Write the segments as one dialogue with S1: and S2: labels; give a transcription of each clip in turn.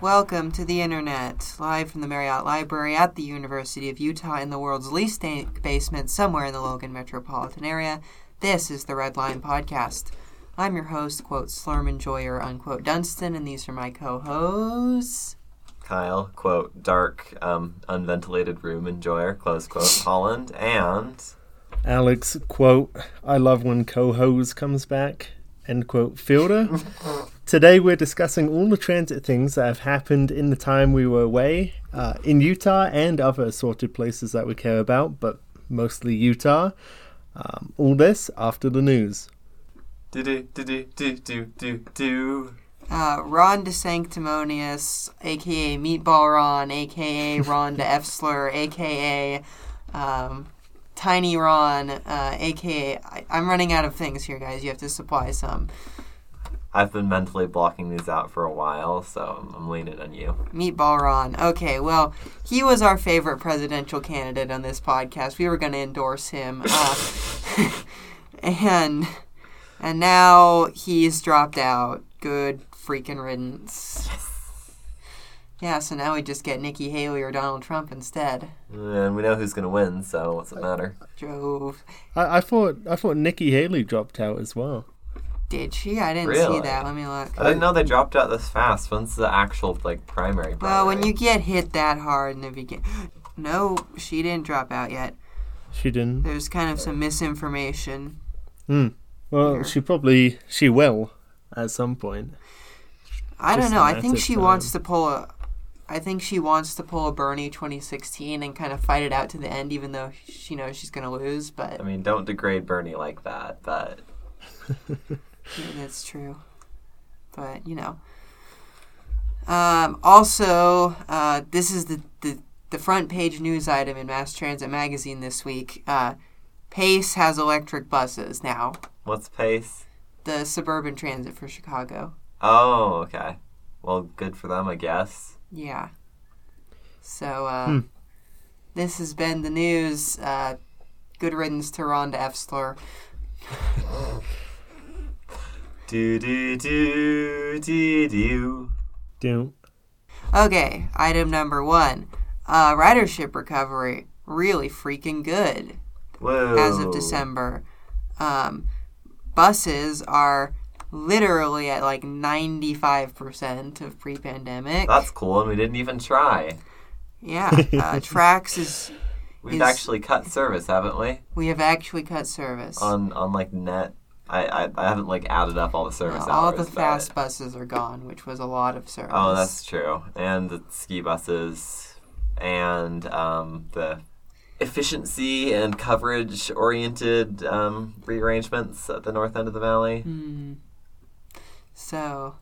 S1: Welcome to the internet, live from the Marriott Library at the University of Utah in the world's least da- basement, somewhere in the Logan metropolitan area. This is the Red Line Podcast. I'm your host, quote, Slurm Enjoyer, unquote, Dunstan, and these are my co hosts.
S2: Kyle, quote, dark, um, unventilated room enjoyer, close quote, Holland, and
S3: Alex, quote, I love when co-hose comes back, end quote, Fielder. Today we're discussing all the transit things that have happened in the time we were away, uh, in Utah and other assorted places that we care about, but mostly Utah. Um, all this after the news.
S2: do do do do do do do do.
S1: Uh, Ron DeSanctimonious, aka Meatball Ron, aka Ron de Efsler, aka um, Tiny Ron, uh, aka I- I'm running out of things here, guys. You have to supply some.
S2: I've been mentally blocking these out for a while, so I'm, I'm leaning on you.
S1: Meatball Ron. Okay, well, he was our favorite presidential candidate on this podcast. We were going to endorse him, uh, and and now he's dropped out. Good freaking riddance. Yeah, so now we just get Nikki Haley or Donald Trump instead.
S2: And we know who's gonna win, so what's it matter?
S1: Jove.
S3: I, I thought I thought Nikki Haley dropped out as well.
S1: Did she? I didn't see
S2: Really?
S1: that. Let me look.
S2: I didn't know they dropped out this fast. When's the actual like primary?
S1: Well, when
S2: primary?
S1: you get hit that hard in the beginning. No, she didn't drop out yet.
S3: She didn't.
S1: There's kind of some misinformation.
S3: Well, she probably she will at some point.
S1: I don't
S3: Just
S1: know.
S3: a
S1: I
S3: matter
S1: think
S3: of
S1: she
S3: time.
S1: wants to pull a. I think she wants to pull a Bernie 2016 and kind of fight it out to the end, even though she knows she's going to lose. But
S2: I mean, don't degrade Bernie like that, but
S1: yeah, that's true. But you know. Um, also, uh, this is the, the the front page news item in Mass Transit magazine this week. Uh, Pace has electric buses now.
S2: what's pace?
S1: The suburban transit for Chicago.
S2: Oh, okay. Well, good for them, I guess.
S1: Yeah. So uh,
S3: Hmm.
S1: this has been the news. Uh, good riddance to Rhonda Efsler.
S2: Do do do do do.
S3: Do
S1: Okay, item number one: uh, ridership recovery really freaking good
S2: Whoa.
S1: as of December. Um, buses are literally at like ninety-five percent of pre-pandemic.
S2: That's cool, and we didn't even try.
S1: yeah, uh, Trax is.
S2: We've
S1: Is-
S2: actually cut service, haven't we?
S1: We have actually cut service. Uh,
S2: On on like net. I, I, I haven't like added up all the service
S1: Uh, all
S2: hours.
S1: the
S2: but-
S1: fast buses are gone, which was a lot of service.
S2: Oh, that's true. And the ski buses, and um, the efficiency and coverage oriented um, rearrangements at the north end of the valley.
S1: Mm, So,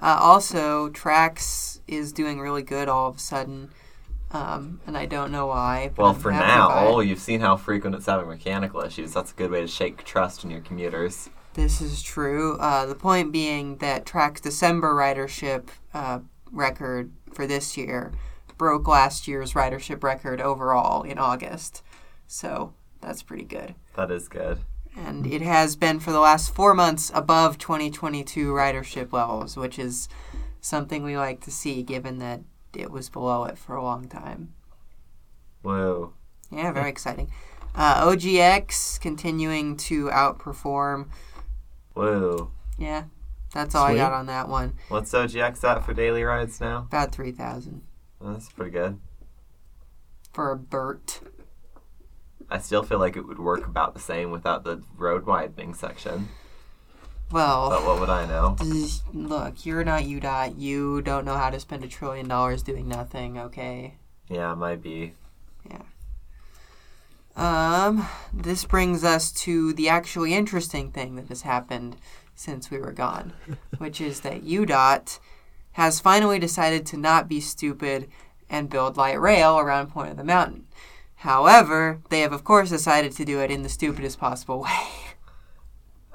S1: uh, also, Trax is doing really good all of a sudden, um, and I don't know why. but
S2: Well,
S1: I'm
S2: for
S1: happy
S2: now,
S1: about it.
S2: you've seen how frequent it's having mechanical issues. That's a good way to shake trust in your commuters.
S1: this is true. Uh, the point being that Trax December ridership uh, record for this year broke last year's ridership record overall in August. So that's pretty good.
S2: That is good.
S1: and it has been for the last four months above 2022 ridership levels, which is something we like to see given that it was below it for a long time.
S2: Whoa.
S1: Yeah, very exciting. Uh, OGX continuing to outperform.
S2: Whoa.
S1: Yeah, that's all I got
S3: Sweet.
S1: on that one.
S2: What's OGX at for daily rides now?
S1: About 3,000
S2: Well, That's pretty good.
S1: for a BERT.
S2: I still feel like it would work about the same without the road widening section. But
S1: Well,
S2: what would I know?
S1: look, you're not UDOT. You don't know how to spend a trillion dollars doing nothing, okay?
S2: Yeah, it might be.
S1: Um, this brings us to the actually interesting thing that has happened since we were gone, which is that UDOT has finally decided to not be stupid and build light rail around Point of the Mountain. However, they have of course decided to do it in the stupidest possible way.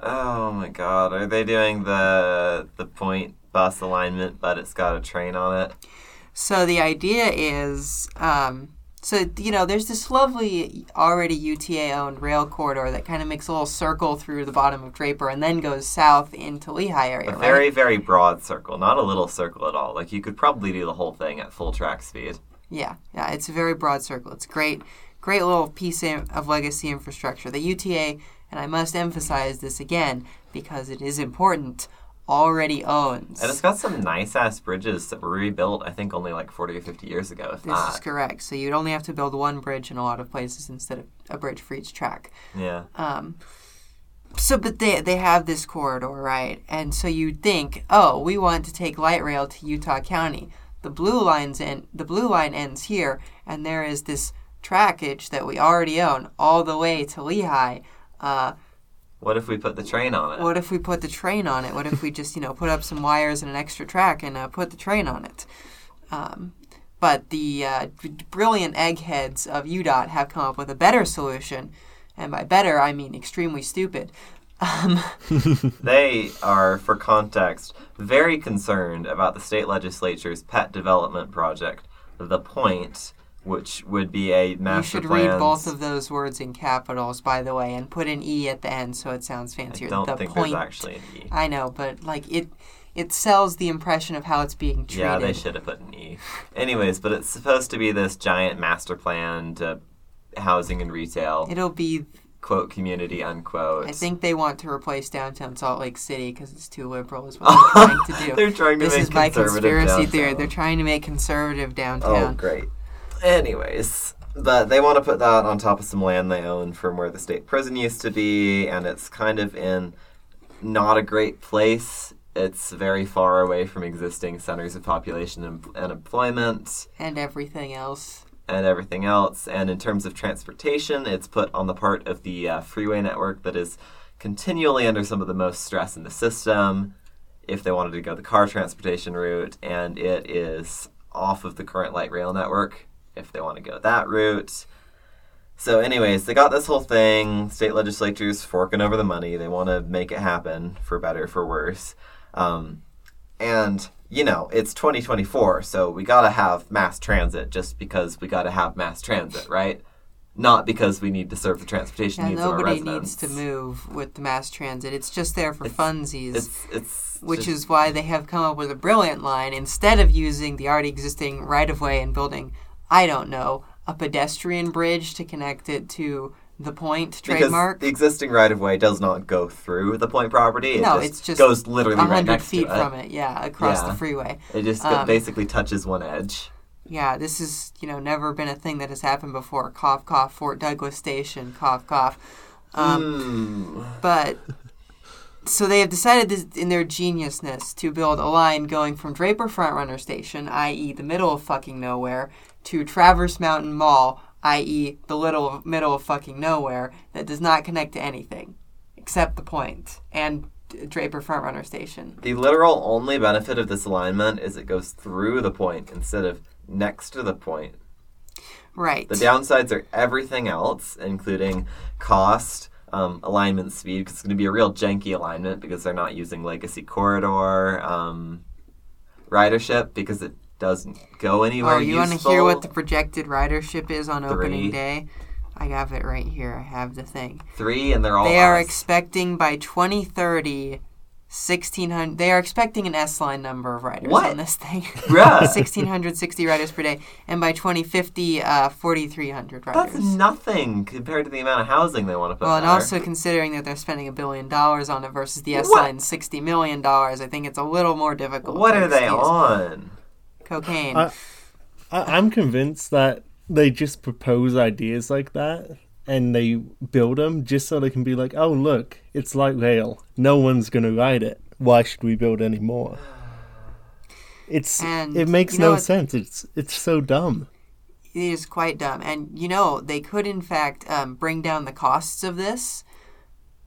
S2: Oh my god, are they doing the the point bus alignment but it's got a train on it?
S1: So the idea is um, so you know, there's this lovely already UTA-owned rail corridor that kind of makes a little circle through the bottom of Draper and then goes south into Lehigh area.
S2: A
S1: right?
S2: very, very broad circle, not a little circle at all. Like you could probably do the whole thing at full track speed.
S1: Yeah, yeah, it's a very broad circle. It's great, great little piece in- of legacy infrastructure. The UTA, and I must emphasize this again because it is important, already owns.
S2: And it's got some nice ass bridges that were rebuilt, I think, only like 40 or 50 years ago,
S1: This
S2: if
S1: is
S2: not.
S1: correct. So you'd only have to build one bridge in a lot of places instead of a bridge for each track.
S2: Yeah.
S1: Um, so, but they they have this corridor, right? And so you'd think, oh, we want to take light rail to Utah County. The blue lines in the blue line ends here, and there is this trackage that we already own all the way to Lehigh. Uh,
S2: What if we put the train on it?
S1: what if we put the train on it? What if we just you know put up some wires and an extra track and uh, put the train on it? Um, but the uh, d- brilliant eggheads of UDOT have come up with a better solution, and by better I mean extremely stupid. Um,
S2: They are, for context, very concerned about the state legislature's pet development project, The Point, which would be a
S1: you
S2: master
S1: should
S2: plan.
S1: read both of those words in capitals, by the way, and put an e at the end so it sounds
S2: I
S1: fancier.
S2: don't
S1: the
S2: think
S1: point.
S2: there's actually an E.
S1: I know, but like it, it sells the impression of how it's being treated.
S2: Yeah, they should have put an E. Anyways, but it's supposed to be this giant master plan to housing and retail,
S1: It'll be
S2: quote, community, unquote.
S1: I think they want to replace downtown Salt Lake City because it's too liberal, is what they're trying to do.
S2: They're trying to
S1: this
S2: make
S1: is my
S2: conservative
S1: conspiracy theory.
S2: downtown.
S1: They're trying to make conservative
S2: Oh,
S1: downtown.
S2: great. Anyways, but they want to put that on top of some land they own from where the state prison used to be, and it's kind of in not a great place. It's very far away from existing centers of population and, and employment
S1: and everything else.
S2: and everything else. And in terms of transportation, it's put on the part of the uh, freeway network that is continually under some of the most stress in the system if they wanted to go the car transportation route. And it is off of the current light rail network if they want to go that route. So, anyways, they got this whole thing. State legislatures forking over the money. They want to make it happen for better, for worse. Um, and you know it's 2024 so we gotta have mass transit just because we gotta have mass transit right not because we need to serve the transportation
S1: And
S2: needs of our
S1: nobody
S2: residents
S1: needs to move with the mass transit. It's just there for funsies.
S2: it's it's
S1: which
S2: just-
S1: is why they have come up with a brilliant line instead of using the already existing right of way and building, I don't know, a pedestrian bridge to connect it to the point
S2: because
S1: trademark.
S2: the existing right of way does not go through the point property it
S1: no,
S2: just
S1: it's just
S2: goes literally right
S1: 100
S2: next
S1: feet
S2: to it
S1: from it, yeah, across
S2: Yeah.
S1: the freeway.
S2: it just go-
S1: Um,
S2: basically touches one edge
S1: Yeah, this is you know never been a thing that has happened before. Cough, cough. Fort Douglas Station. Cough, cough. Um,
S2: Hmm.
S1: But so they have decided this, in their geniusness to build a line going from Draper Frontrunner Station, i.e., the middle of fucking nowhere, to Traverse Mountain Mall, i.e., the little middle of fucking nowhere, that does not connect to anything except the point and Draper Frontrunner Station.
S2: the literal only benefit of this alignment is it goes through the point instead of next to the point
S1: Right.
S2: The downsides are everything else, including cost, um, alignment speed, 'cause it's going to be a real janky alignment because they're not using Legacy Corridor, um, ridership, because it doesn't go anywhere.
S1: Oh, you want to
S2: useful.
S1: hear what the projected ridership is on
S2: Three.
S1: opening day? I have it right here. I have the thing.
S2: three and they're all
S1: they are
S2: us.
S1: expecting by 2030, 1600. They are expecting an S line number of riders
S2: What?
S1: on this thing.
S2: Bruh.
S1: 1660 riders per day, and by 2050, uh, 4300 riders.
S2: That's nothing compared to the amount of housing they want to put.
S1: well, and
S2: there.
S1: also considering that they're spending a billion dollars on it versus the S
S2: What?
S1: line sixty million dollars, I think it's a little more difficult.
S2: what
S1: to
S2: are they
S1: excuse.
S2: on?
S1: Cocaine.
S3: I- I, I'm convinced that they just propose ideas like that and they build them just so they can be like, oh, look, it's light rail. No one's going to ride it. Why should we build any more? It's
S1: And
S3: it makes
S1: you know
S3: no
S1: what-
S3: sense. It's it's so dumb.
S1: It is quite dumb. And, you know, they could, in fact, um, bring down the costs of this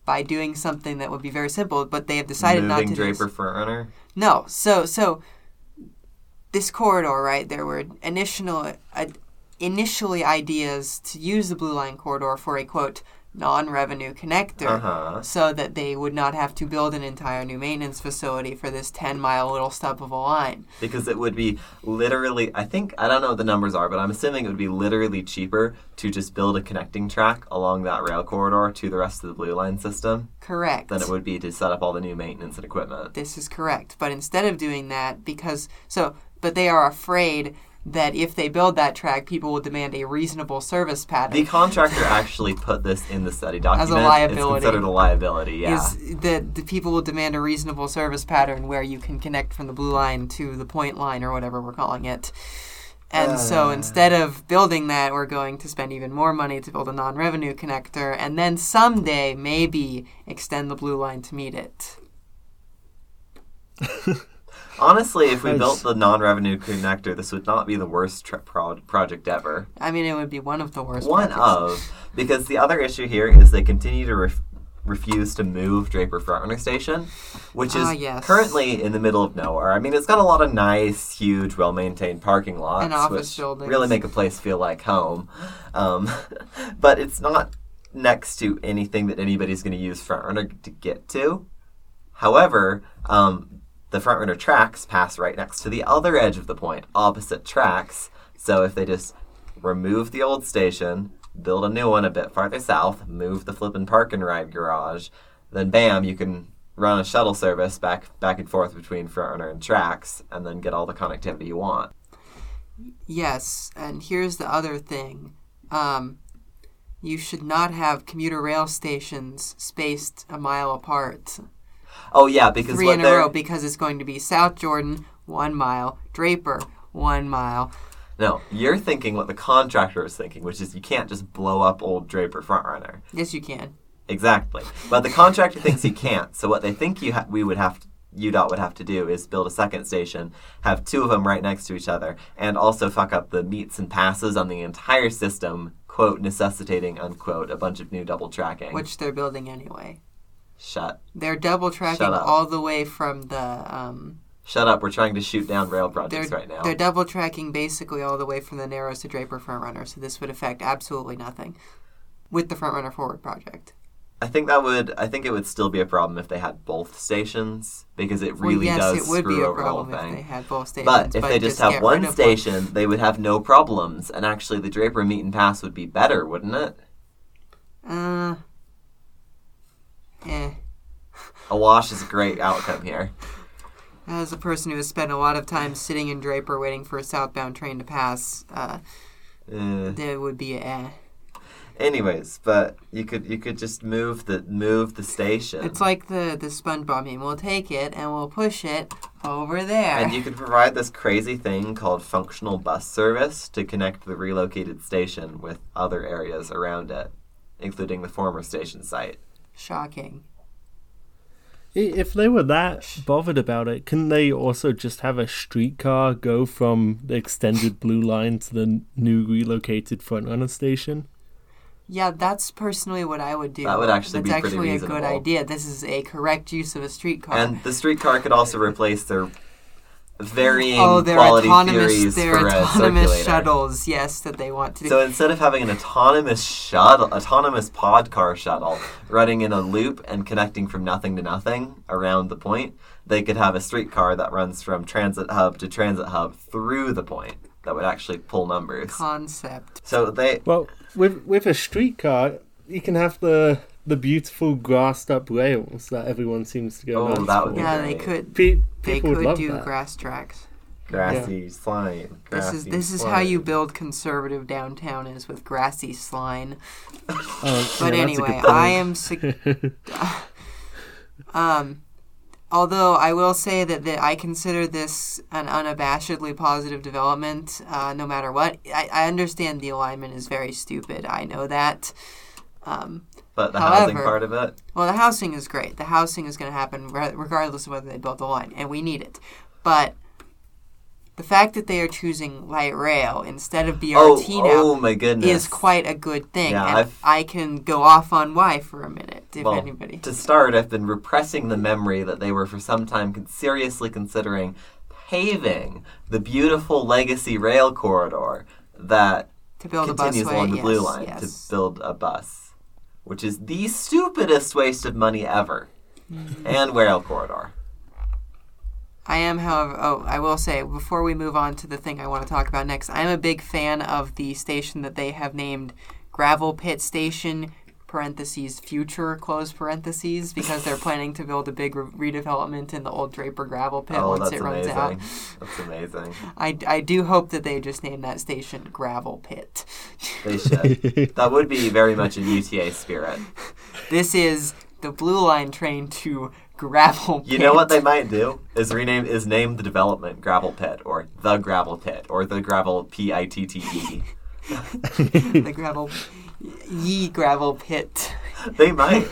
S1: by doing something that would be very simple, but they have decided
S2: Moving
S1: not to do
S2: Draper
S1: this.
S2: frontrunner.
S1: No. So, so this corridor, right, there were initial, uh, initially ideas to use the Blue Line corridor for a, quote, non-revenue connector
S2: Uh-huh.
S1: so that they would not have to build an entire new maintenance facility for this 10 mile little stub of a line
S2: because it would be literally i think i don't know what the numbers are but i'm assuming it would be literally cheaper to just build a connecting track along that rail corridor to the rest of the blue line system
S1: correct
S2: than it would be to set up all the new maintenance and equipment
S1: this is correct but instead of doing that because so but they are afraid that if they build that track people will demand a reasonable service pattern
S2: the contractor actually put this in the study document
S1: liability.
S2: it's considered a liability yeah
S1: is that the people will demand a reasonable service pattern where you can connect from the blue line to the point line or whatever we're calling it. And so instead of building that, we're going to spend even more money to build a non revenue connector and then someday maybe extend the blue line to meet it.
S2: honestly if we
S3: Nice.
S2: built the non-revenue connector this would not be the worst tra- pro- project ever
S1: I mean, it would be one of the worst.
S2: one
S1: projects.
S2: of because the other issue here is they continue to ref- refuse to move Draper Frontrunner Station, which is
S1: Ah, yes.
S2: currently in the middle of nowhere. I mean, it's got a lot of nice, huge, well-maintained parking lots,
S1: And office
S2: which
S1: buildings.
S2: really make a place feel like home. Um, but it's not next to anything that anybody's going to use Frontrunner to get to. However, um, the Frontrunner tracks pass right next to the other edge of the point, opposite tracks. So if they just remove the old station, build a new one a bit farther south, move the flip and park and ride garage, then bam, you can run a shuttle service back back and forth between Frontrunner and tracks, and then get all the connectivity you want.
S1: Yes, and here's the other thing. Um, you should not have commuter rail stations spaced a mile apart.
S2: Oh yeah, because
S1: three
S2: what
S1: in a
S2: they're
S1: row because it's going to be South Jordan, one mile, Draper, one mile.
S2: no, you're thinking what the contractor is thinking, which is you can't just blow up old Draper Frontrunner.
S1: Yes, you can.
S2: Exactly. But the contractor thinks he can't. So what they think you ha- we would have to, UDOT would have to do is build a second station, have two of them right next to each other, and also fuck up the meets and passes on the entire system, quote necessitating unquote a bunch of new double tracking.
S1: Which they're building anyway.
S2: shut
S1: They're double tracking
S2: Shut up.
S1: all the way from the. Um,
S2: shut up. We're trying to shoot down rail
S1: they're
S2: projects right now.
S1: they're double tracking basically all the way from the Narrows to Draper front runner. So this would affect absolutely nothing with the front runner forward project.
S2: I think that would I think it would still be a problem if they had both stations because it really
S1: well, yes,
S2: does
S1: it would
S2: screw
S1: be a
S2: over
S1: problem
S2: the whole
S1: if
S2: thing.
S1: they had both stations.
S2: But if they just, have
S1: get rid
S2: one
S1: of
S2: station, they would have no problems, and actually the Draper meet and pass would be better, wouldn't it?
S1: Uh, eh.
S2: A wash is a great outcome here.
S1: As a person who has spent a lot of time sitting in Draper waiting for a southbound train to pass, uh,
S2: Uh,
S1: there would be a eh.
S2: anyways, but you could you could just move the move the station,
S1: It's like the the SpongeBob meme. We'll take it and we'll push it over there.
S2: and you could provide this crazy thing called functional bus service to connect the relocated station with other areas around it, including the former station site.
S1: Shocking.
S3: I- If they were that bothered about it, couldn't they also just have a streetcar go from the extended blue line to the n- new relocated front runner station?
S1: Yeah, that's personally what I would do.
S2: That would actually
S1: that's
S2: be pretty
S1: actually a good
S2: reasonable.
S1: idea. This is a correct use of a streetcar.
S2: And the streetcar could also replace their varying
S1: oh, they're
S2: quality
S1: autonomous.
S2: theories
S1: They're
S2: for a
S1: autonomous
S2: circulator.
S1: shuttles. Yes, that they want to. do.
S2: So instead of having an autonomous shuttle, autonomous pod car shuttle running in a loop and connecting from nothing to nothing around the point, they could have a streetcar that runs from transit hub to transit hub through the point that would actually pull numbers.
S1: Concept.
S2: So they
S3: Well, with with a streetcar, you can have the the beautiful grassed up rails that everyone seems to go.
S2: Oh,
S3: nuts
S2: that
S3: for.
S2: would be
S1: Yeah, they
S2: great.
S1: could.
S3: Pe-
S1: They
S3: people would
S1: could
S3: love
S1: do
S3: that.
S1: grass tracks.
S2: grassy slime.
S1: This
S2: Grassy
S1: is this is
S2: slime.
S1: how you build conservative downtown is with grassy slime.
S3: Oh,
S1: But
S3: yeah, that's a good
S1: anyway,
S3: point.
S1: I am. Sec- um, although I will say that, that I consider this an unabashedly positive development, uh, no matter what. I, I understand the alignment is very stupid. I know that. Um,
S2: But the housing
S1: however-
S2: part of it,
S1: well, the housing is great. The housing is going to happen re- regardless of whether they build the line, and we need it. But the fact that they are choosing light rail instead of BRT
S2: oh,
S1: now
S2: oh my goodness,
S1: is quite a good thing.
S2: Yeah,
S1: and
S2: I've-
S1: I can go off on why for a minute if
S2: Well,
S1: anybody.
S2: To start, I've been repressing the memory that they were for some time con- seriously considering paving the beautiful legacy rail corridor that
S1: to build a
S2: continues
S1: busway.
S2: along the
S1: yes,
S2: blue line
S1: yes.
S2: to build a bus. which is the stupidest waste of money ever,
S1: Mm.
S2: and rail corridor.
S1: I am, however, oh, I will say before we move on to the thing I want to talk about next, I am a big fan of the station that they have named Gravel Pit Station parentheses future close parentheses because they're planning to build a big re- redevelopment in the old Draper gravel pit
S2: Oh,
S1: once
S2: that's
S1: it runs
S2: amazing.
S1: out.
S2: That's amazing.
S1: I, I do hope that they just name that station Gravel Pit.
S2: They should. that would be very much a UTA spirit.
S1: This is the Blue Line train to Gravel Pit.
S2: You know what they might do is rename is name the development gravel pit or the gravel pit or the gravel p i t t e.
S1: the gravel ye gravel pit.
S2: They might.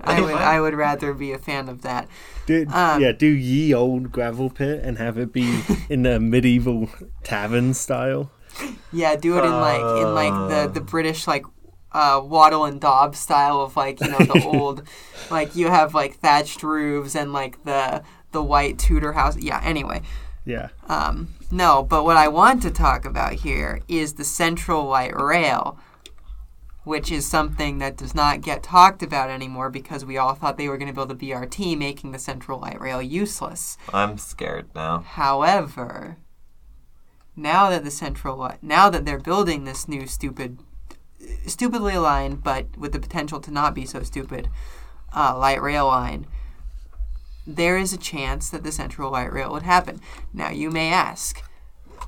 S1: I
S2: They
S1: would
S2: might.
S1: I would rather be a fan of that.
S3: Do,
S1: Um,
S3: yeah, do ye old gravel pit and have it be in a medieval tavern style.
S1: Yeah, do it in like in like the the British like uh, Waddle and Dob style of like you know the old like you have like thatched roofs and like the the white Tudor house. Yeah. Anyway,
S3: Yeah.
S1: um, no. But what I want to talk about here is the Central Light Rail. Which is something that does not get talked about anymore because we all thought they were going to build a BRT, making the Central Light Rail useless.
S2: I'm scared now.
S1: However, now that the central li- now that they're building this new stupid, stupidly aligned, but with the potential to not be so stupid, uh, light rail line, there is a chance that the central light rail would happen. Now you may ask,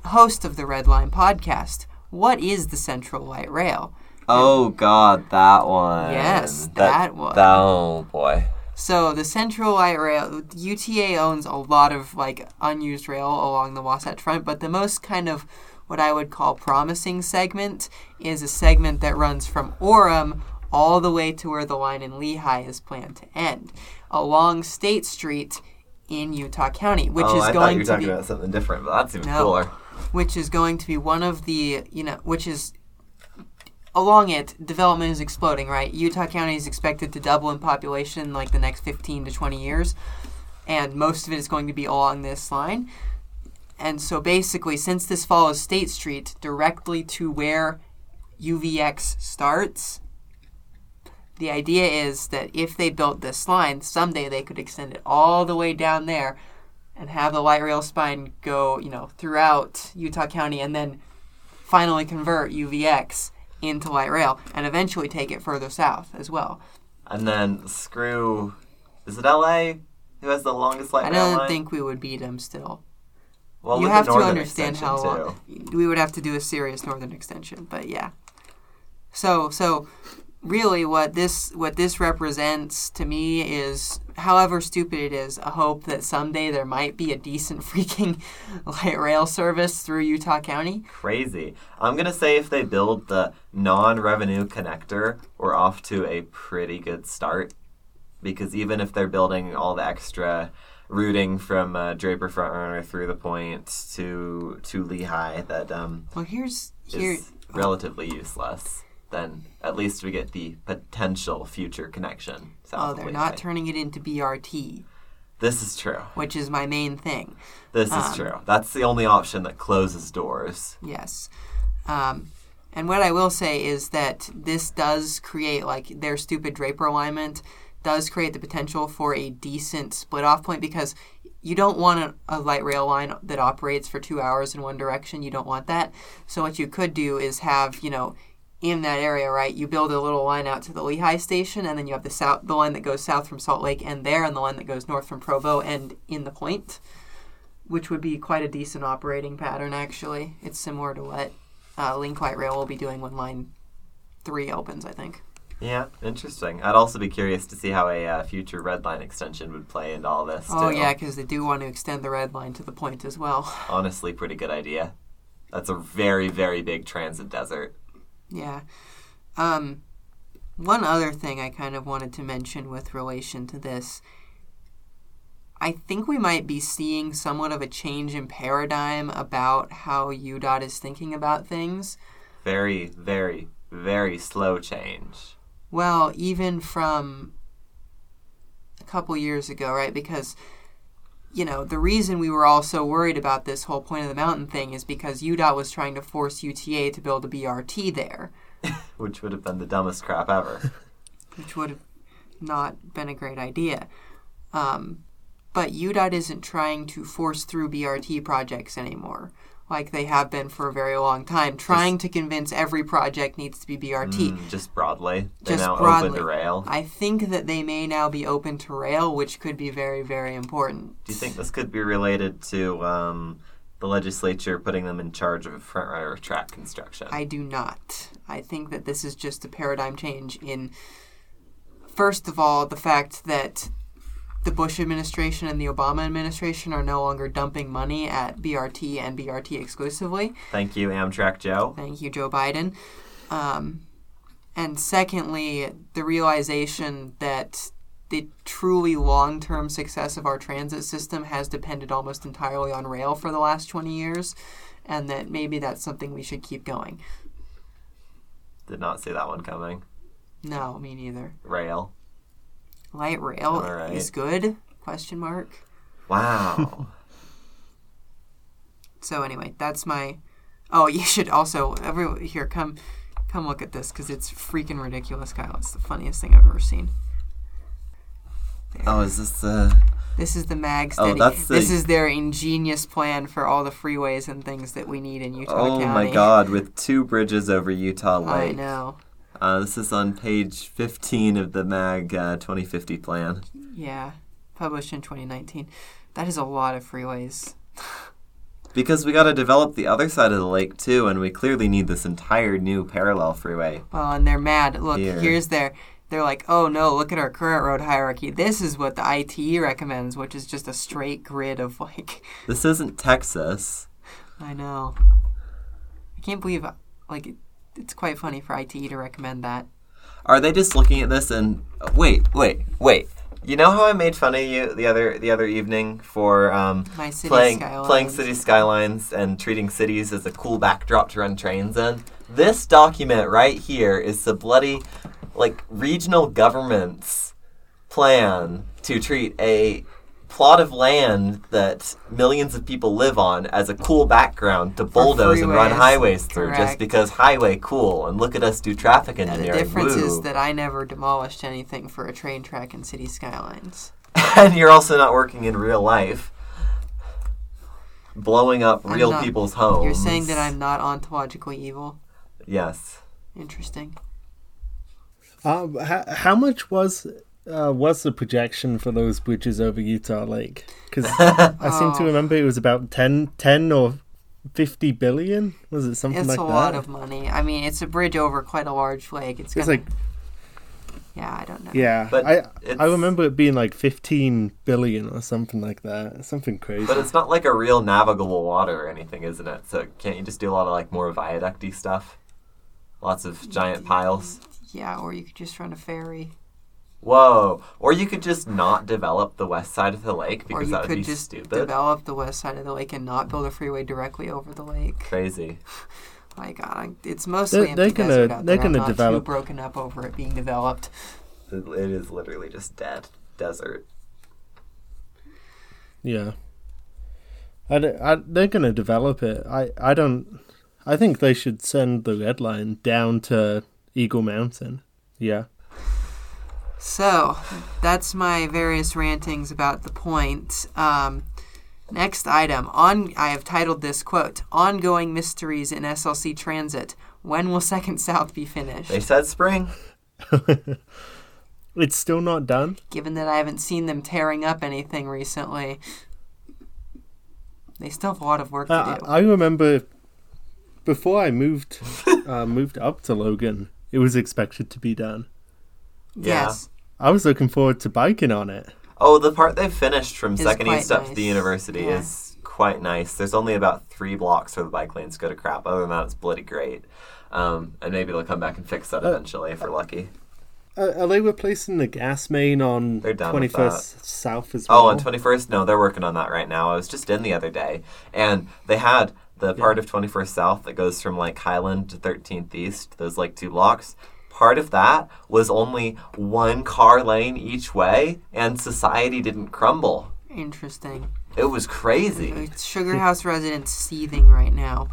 S1: host of the Red Line podcast, what is the central light rail?
S2: Oh God, that one.
S1: Yes, that one.
S2: That, oh boy.
S1: So the Central Light Rail, UTA owns a lot of like unused rail along the Wasatch Front, but the most kind of what I would call promising segment is a segment that runs from Orem all the way to where the line in Lehigh is planned to end, along State Street in Utah County, which
S2: oh,
S1: is
S2: I thought you
S1: going
S2: were
S1: to
S2: talking
S1: be
S2: about something different, but that's even
S1: No.
S2: cooler.
S1: which is going to be one of the you know which is along it development is exploding right utah county is expected to double in population in, like the next 15 to 20 years and most of it is going to be along this line and so basically since this follows state street directly to where uvx starts the idea is that if they built this line someday they could extend it all the way down there and have the light rail spine go, you know, throughout Utah County and then finally convert UVX into light rail and eventually take it further south as well.
S2: And then screw. Is it L.A. who has the longest light
S1: I
S2: rail
S1: don't
S2: line?
S1: think we would beat them still.
S2: well,
S1: you
S2: look at
S1: have to
S2: Northern
S1: understand how
S2: Extension,
S1: long we would have to do a serious northern extension, but yeah. So so really what this what this represents to me is however stupid it is a hope that someday there might be a decent freaking light rail service through Utah County.
S2: Crazy. I'm gonna say if they build the non-revenue connector, we're off to a pretty good start. Because even if they're building all the extra routing from uh, Draper Front Runner through the point to to Lehigh, that um,
S1: Well, here's here
S2: is relatively useless. Then at least we get the potential future connection. south
S1: Oh,
S2: of
S1: they're
S2: Lehigh.
S1: not turning it into BRT,
S2: This is true.
S1: which is my main thing.
S2: This
S1: Um,
S2: is true. That's the only option that closes doors.
S1: Yes. Um, and what I will say is that this does create, like, their stupid Draper alignment does create the potential for a decent split off point because you don't want a, a light rail line that operates for two hours in one direction. You don't want that. So, what you could do is have, you know, in that area, right? You build a little line out to the Lehigh station, and then you have the south, the line that goes south from Salt Lake, and there, and the line that goes north from Provo, and in the Point which would be quite a decent operating pattern actually. It's similar to what uh, Link Light Rail will be doing when Line Three opens, I think.
S2: Yeah, interesting. I'd also be curious to see how a uh, future red line extension would play into all this.
S1: Oh
S2: too.
S1: yeah, because they do want to extend the red line to the point as well.
S2: honestly, pretty good idea. That's a very, very big transit desert.
S1: Yeah. Um, one other thing I kind of wanted to mention with relation to this. I think we might be seeing somewhat of a change in paradigm about how UDOT is thinking about things.
S2: Very, very, very slow change.
S1: Well, even from a couple years ago, right? Because, you know, the reason we were all so worried about this whole point of the mountain thing is because UDOT was trying to force UTA to build a BRT there.
S2: Which would have been the dumbest crap ever.
S1: which would have not been a great idea. Um, but UDOT isn't trying to force through BRT projects anymore, like they have been for a very long time, trying to convince every project needs to be BRT.
S2: Mm, just broadly. They're
S1: Just
S2: now open
S1: broadly.
S2: to rail.
S1: I think that they may now be open to rail, which could be very, very important.
S2: Do you think this could be related to um, the legislature putting them in charge of front runner track construction?
S1: I do not. I think that this is just a paradigm change in, first of all, the fact that the Bush administration and the Obama administration are no longer dumping money at BRT and BRT exclusively.
S2: Thank you, Amtrak Joe.
S1: Thank you, Joe Biden. Um, and secondly, the realization that the truly long term success of our transit system has depended almost entirely on rail for the last 20 years, and that maybe that's something we should keep going.
S2: Did not see that one coming.
S1: No, me neither.
S2: Rail.
S1: Light rail
S2: All right.
S1: is good? Question mark.
S2: Wow.
S1: So anyway, that's my. Oh, you should also every here come, come look at this because it's freaking ridiculous, Kyle. It's the funniest thing I've ever seen.
S2: oh, is this the?
S1: This is the mag
S2: Oh,
S1: study.
S2: that's the-
S1: This is their ingenious plan for all the freeways and things that we need in Utah
S2: Oh
S1: County.
S2: my God! With two bridges over Utah
S1: I
S2: Lake.
S1: know.
S2: Uh, this is on page 15 of the MAG uh, 2050 plan.
S1: Yeah, published in 2019. That is a lot of freeways.
S2: Because we got to develop the other side of the lake too, and we clearly need this entire new parallel freeway.
S1: Well, and they're mad. Look,
S2: Here.
S1: here's their. They're like, oh no, look at our current road hierarchy. This is what the ITE recommends, which is just a straight grid of like.
S2: This isn't Texas.
S1: I know. I can't believe, like, it, it's quite funny for ITE to recommend that.
S2: Are they just looking at this and wait, wait, wait? You know how I made fun of you the other the other evening for um,
S1: My city
S2: playing
S1: skylines.
S2: playing city skylines and treating cities as a cool backdrop to run trains in. This document right here is the bloody like regional government's plan to treat a plot of land that millions of people live on as a cool background to bulldoze and run
S1: freeways,
S2: highways through just
S1: correct.
S2: because highway cool and look at us do traffic
S1: The
S2: engineering.
S1: difference
S2: woo.
S1: is that I never demolished anything for a train track in city skylines.
S2: and you're also not working in real life, blowing up
S1: I'm
S2: real
S1: not-
S2: people's homes.
S1: You're saying that I'm not ontologically evil.
S2: Yes.
S1: Interesting.
S3: Uh, how, how much was uh, was the projection for those bridges over Utah Lake? Because I seem to
S1: Oh.
S3: remember it was about 10, 10 or fifty billion. Was it something
S1: It's
S3: like
S1: a
S3: that?
S1: lot of money. I mean, it's a bridge over quite a large lake. It's,
S3: it's
S1: gonna,
S3: like
S1: yeah, I don't know.
S3: yeah.
S2: But
S3: I I
S2: it's-
S3: remember it being like fifteen billion or something like that. Something crazy.
S2: But it's not like a real navigable water or anything, isn't it? So can't you just do a lot of like more viaducty stuff? Lots of giant piles.
S1: Yeah, or you could just run a ferry.
S2: Whoa. Or you could just not develop the west side of the lake
S1: Or
S2: because
S1: you
S2: that would
S1: could
S2: be
S1: just
S2: stupid.
S1: develop the west side of the lake and not build a freeway directly over the lake.
S2: Crazy.
S1: Like, uh, it's mostly
S3: They're-
S1: empty
S3: they're gonna-
S1: desert out
S3: they're
S1: there. I'm
S3: gonna
S1: not
S3: develop-
S1: too broken up over it being developed.
S2: It it is literally just dead desert.
S3: Yeah. I, d- I- they're going to develop it. I, I don't. I think they should send the red line down to Eagle Mountain. Yeah.
S1: So, that's my various rantings about the point. Um, next item on I have titled this quote: "Ongoing mysteries in SLC transit. When will Second South be finished?"
S2: They said spring.
S3: It's still not done.
S1: Given that I haven't seen them tearing up anything recently, they still have a lot of work
S3: I,
S1: to do.
S3: I I remember before I moved uh, moved up to Logan, it was expected to be done.
S2: yeah.
S1: Yes,
S3: I was looking forward to biking on it.
S2: Oh, the part they've finished from
S1: Is
S2: Second
S1: quite
S2: East up to the
S1: nice.
S2: university
S1: Yeah.
S2: is quite nice. There's only about three blocks where the bike lanes go to crap. Other than that, it's bloody great. Um, and maybe they'll come back and fix that eventually if we're lucky.
S3: Uh, are they replacing the gas main on
S2: They're done
S3: Twenty
S2: with
S3: First South as well?
S2: Oh, on 21st? No, they're working on that right now. I was just in the other day, and they had the part of 21st South that goes from like Highland to 13th East, those like two blocks. Part of that was only one car lane each way, and society didn't crumble.
S1: interesting.
S2: It was crazy.
S1: It's Sugar House residents seething right now.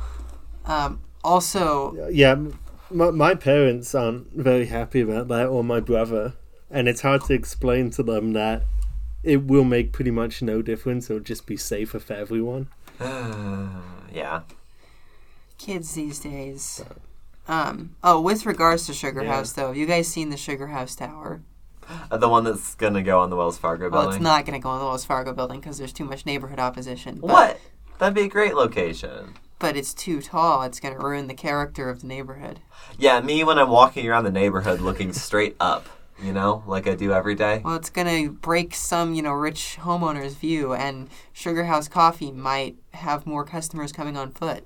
S1: Um, also,
S3: yeah. m- my, my parents aren't very happy about that, or my brother, and it's hard to explain to them that it will make pretty much no difference. It'll just be safer for everyone.
S2: yeah.
S1: Kids these days. Um, oh, with regards to Sugar
S3: Yeah.
S1: House, though, have you guys seen the Sugar House Tower?
S2: Uh, the one that's gonna go on the Wells Fargo
S1: Well,
S2: building.
S1: Oh, it's not going to go on the Wells Fargo building because there's too much neighborhood opposition. But,
S2: What? That'd be a great location.
S1: But it's too tall. It's going to ruin the character of the neighborhood.
S2: Yeah, me when I'm walking around the neighborhood looking straight up, you know, like I do every day.
S1: Well, it's going to break some, you know, rich homeowner's view, and Sugar House Coffee might have more customers coming on foot.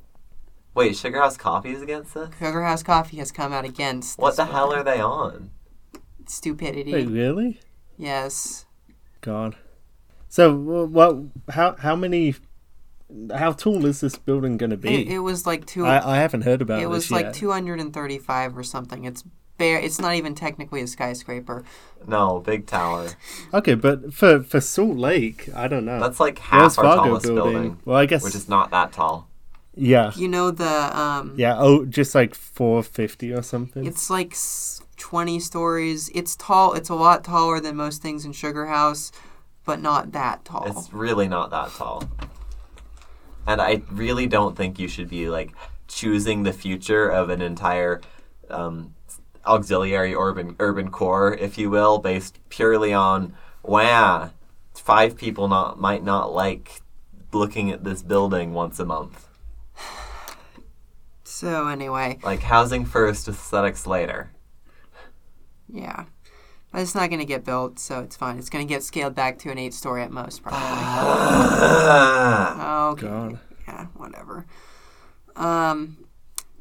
S2: Wait, Sugar House Coffee is against this?
S1: Sugar House Coffee has come out against
S2: What
S1: this
S2: the hell are they on?
S1: stupidity.
S3: Wait, really?
S1: Yes.
S3: God. So, wh- what? How how many? How tall is this building going to
S1: It,
S3: be?
S1: it was like two.
S3: I, I haven't heard about
S1: it
S3: Uh, this
S1: was
S3: yet.
S1: like 235 or something. It's bare. It's not even technically a skyscraper.
S2: No, Big Tower.
S3: Okay, but for for Salt Lake, I don't know.
S2: That's like half
S3: Wells
S2: our
S3: Fargo
S2: tallest building.
S3: Well, I guess
S2: Which is not that tall.
S3: yeah,
S1: You know the um.
S3: yeah. Oh, just like four fifty or something.
S1: It's like s- 20 stories. It's tall. It's a lot taller than most things in Sugar House, but not that tall.
S2: It's really not that tall. And I really don't think you should be like choosing the future of an entire um, auxiliary urban urban core, if you will, based purely on wow, five people not might not like looking at this building once a month.
S1: so anyway,
S2: Like housing first, aesthetics later.
S1: yeah. But it's not going to get built, so it's fine. It's going to get scaled back to an eight story at most, probably.
S2: Oh,
S1: okay.
S3: God.
S1: Yeah, whatever. Um,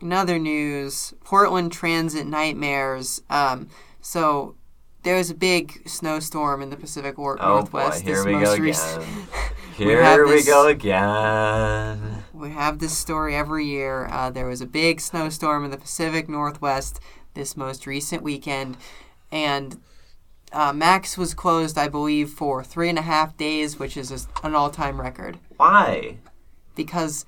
S1: in other news, Portland transit nightmares. Um, so there was a big snowstorm in the Pacific or-
S2: Oh boy,
S1: Northwest.
S2: here
S1: this
S2: we go
S1: most
S2: again.
S1: recent. have
S2: Here we
S1: this-
S2: go again.
S1: We have this story every year. Uh, there was a big snowstorm in the Pacific Northwest this most recent weekend, and uh, Max was closed, I believe, for three and a half days, which is a, an all time record
S2: Why?
S1: because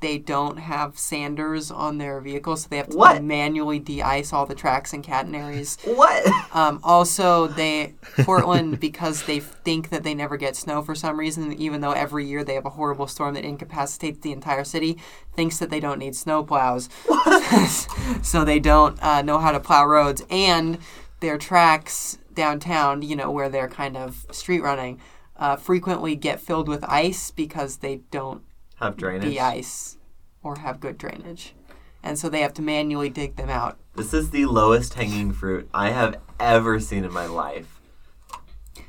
S1: they don't have sanders on their vehicles, so they have to
S2: What?
S1: manually de ice all the tracks and catenaries.
S2: What?
S1: Um, also, they Portland because they think that they never get snow for some reason, even though every year they have a horrible storm that incapacitates the entire city, thinks that they don't need snow plows, so they don't uh, know how to plow roads and their tracks downtown. You know where they're kind of street running. Uh, frequently get filled with ice because they don't
S2: Have drainage.
S1: de-ice or have good drainage, and so they have to manually dig them out.
S2: This is the lowest hanging fruit I have ever seen in my life.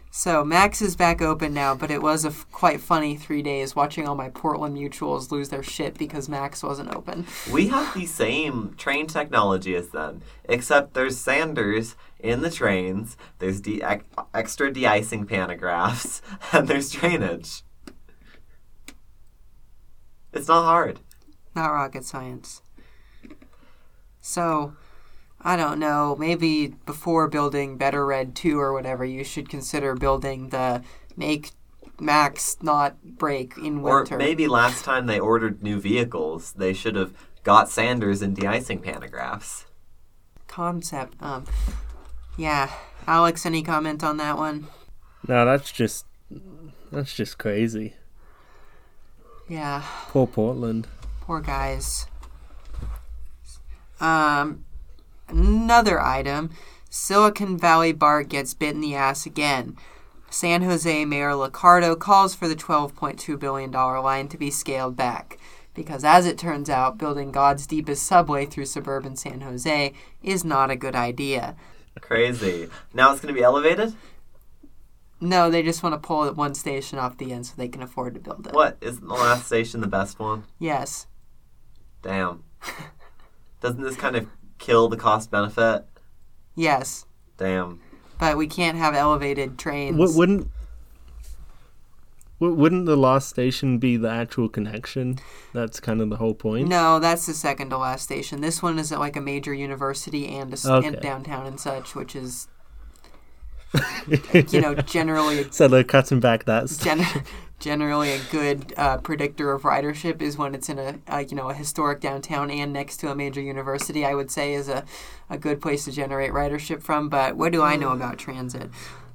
S1: So Max is back open now, but it was a f- quite funny three days watching all my Portland mutuals lose their shit because Max wasn't open.
S2: We have the same train technology as them, except there's sanders in the trains, there's de- ex- extra de icing pantographs, and there's drainage. It's not hard.
S1: Not rocket science. So, I don't know. Maybe before building Better Red Two or whatever, you should consider building the make Max not break in winter.
S2: Or maybe last time they ordered new vehicles, they should have got sanders and de icing pantographs.
S1: concept. Um, yeah. Alex, any comment on that one?
S3: no, that's just that's just crazy.
S1: Yeah.
S3: Poor Portland.
S1: Poor guys. Um, another item Silicon Valley Bart gets bit in the ass again. San Jose Mayor Licardo calls for the $12.2 billion line to be scaled back. Because, as it turns out, building God's deepest subway through suburban San Jose is not a good idea.
S2: Crazy. Now it's going to be elevated?
S1: No, they just want to pull it one station off the end so they can afford to build it.
S2: What? Isn't the last station the best one?
S1: Yes.
S2: Damn. Doesn't this kind of kill the cost benefit?
S1: Yes.
S2: Damn.
S1: But we can't have elevated trains.
S3: W- wouldn't w- wouldn't the last station be the actual connection? That's kind of the whole point.
S1: No, that's the second to last station. This one is at like a major university and, a s and
S3: Okay.
S1: downtown and such, which is you know generally
S3: So they're cutting back that. St-
S1: gen- generally a good uh, predictor of ridership is when it's in a, uh you know a historic downtown and next to a major university. I would say is a, a good place to generate ridership from. But what do I know about transit?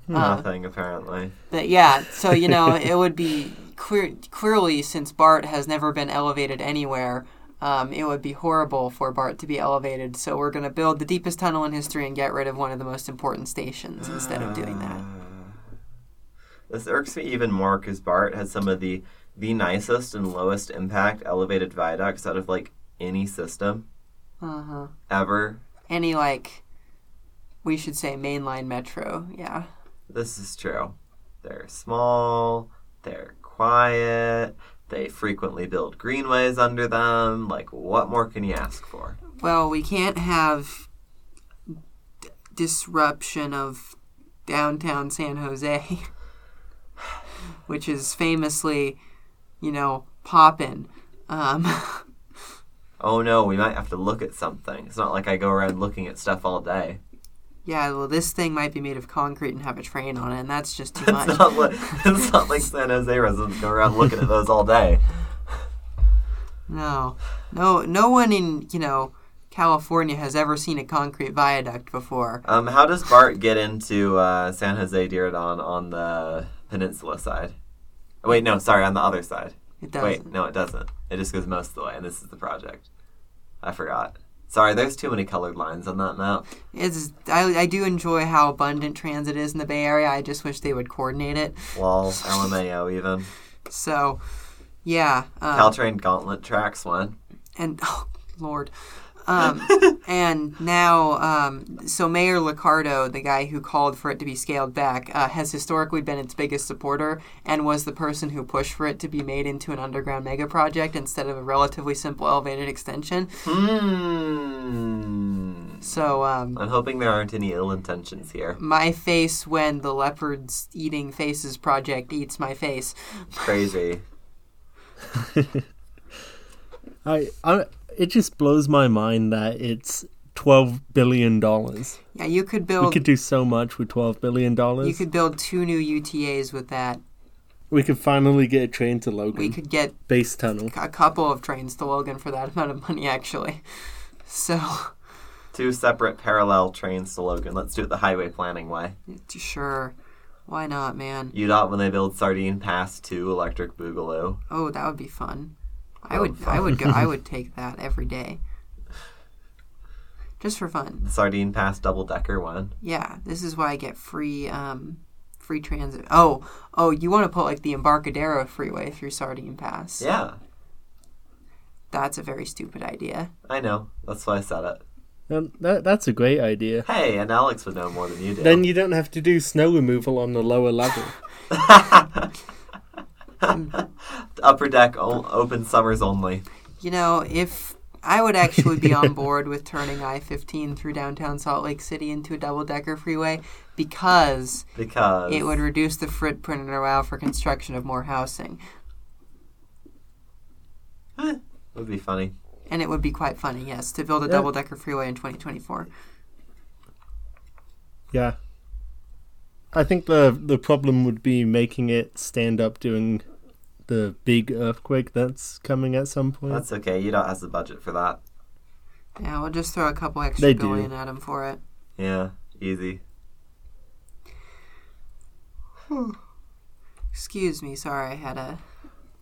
S1: Uh,
S2: Nothing apparently.
S1: but yeah, so you know it would be clear, clearly since Bart has never been elevated anywhere. Um, it would be horrible for Bart to be elevated, so we're going to build the deepest tunnel in history and get rid of one of the most important stations instead of doing that.
S2: Uh, This irks me even more because Bart had some of the the nicest and lowest impact elevated viaducts out of like any system
S1: Uh huh.
S2: ever.
S1: any like we should say mainline metro yeah
S2: This is true. They're small. They're quiet. They frequently build greenways under them. Like, what more can you ask for?
S1: well we can't have d- disruption of downtown san jose which is famously you know poppin um,
S2: Oh no, we might have to look at something. It's not like I go around looking at stuff all day.
S1: yeah well this thing might be made of concrete and have a train on it and that's just too much
S2: It's not, li- it's not like San Jose residents go around looking at those all day.
S1: No, no, no one in you know California has ever seen a concrete viaduct before.
S2: Um, how does Bart get into uh, San Jose Diridon on the peninsula side? Wait, no, sorry, on the other side.
S1: It
S2: Wait,
S1: doesn't.
S2: no, it doesn't. It just goes most of the way, and this is the project. I forgot. Sorry, there's too many colored lines on that map.
S1: It's I, I do enjoy how abundant transit is in the Bay Area. I just wish they would coordinate it.
S2: Lol, LMAO even.
S1: So, yeah, um,
S2: Caltrain Gauntlet Tracks one.
S1: and oh Lord, um, and now um, so Mayor Licardo, the guy who called for it to be scaled back, uh, has historically been its biggest supporter and was the person who pushed for it to be made into an underground mega project instead of a relatively simple elevated extension.
S2: Hmm.
S1: So um,
S2: I'm hoping there aren't any ill intentions here.
S1: my face when the leopards eating faces project eats my face.
S2: Crazy.
S3: I, I it just blows my mind that it's twelve billion dollars.
S1: Yeah, you could
S3: We
S1: build
S3: could do so much with twelve billion
S1: you
S3: dollars.
S1: could build two new UTAs with that.
S3: We could finally get a train to Logan.
S1: We could get
S3: Base tunnel.
S1: a couple of trains to Logan for that amount of money actually. So
S2: Two separate parallel trains to Logan. Let's do it the highway planning way.
S1: sure. Why not, man?
S2: UDOT when they build Sardine Pass 2 Electric Boogaloo.
S1: Oh, that would be fun. I
S2: Oh,
S1: would I would go I would take that every day. Just for fun.
S2: Sardine Pass double decker one.
S1: Yeah, this is why I get free um free transit. Oh, oh, you want to put like the Embarcadero freeway through Sardine Pass.
S2: Yeah,
S1: That's a very stupid idea.
S2: I know. That's why I said it.
S3: Um, that, that's a great idea.
S2: Hey, and Alex would know more than you do.
S3: Then you don't have to do snow removal on the lower level.
S2: Upper deck, o- open summers only.
S1: You know, if I would actually be on board with turning I 15 through downtown Salt Lake City into a double decker freeway because
S2: Because
S1: it would reduce the footprint and allow for construction of more housing.
S2: would be funny.
S1: And it would be quite funny, yes, to build a
S3: Yeah.
S1: double decker freeway in 2024.
S3: yeah. I think the the problem would be making it stand up during the big earthquake that's coming at some point.
S2: That's okay. UDOT has the budget for that.
S1: Yeah, we'll just throw a couple
S3: They
S1: extra
S3: do.
S1: billion at them for it.
S2: Yeah, easy.
S1: Excuse me, sorry, I had a,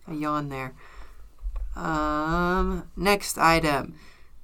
S1: a yawn there. Um, next item.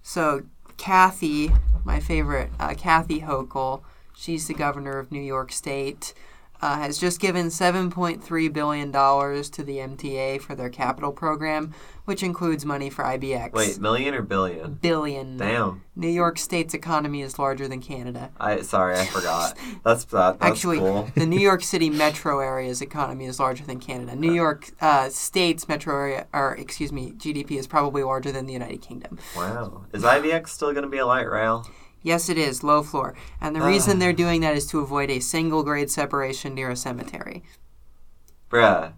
S1: So, Kathy, my favorite, uh, Kathy Hochul, she's the governor of New York State, uh, has just given $7.3 billion to the MTA for their capital program, which includes money for IBX.
S2: Wait, million or billion?
S1: Billion.
S2: Damn.
S1: New York State's economy is larger than Canada.
S2: I sorry, I forgot. That's that. That's
S1: Actually,
S2: cool.
S1: the New York City metro area's economy is larger than Canada. New York uh, State's metro area, or excuse me, GDP is probably larger than the United Kingdom.
S2: Wow. Is IVX still going to be a light rail?
S1: Yes, it is low floor, and the
S2: Ah.
S1: reason they're doing that is to avoid a single grade separation near a cemetery.
S2: Bruh.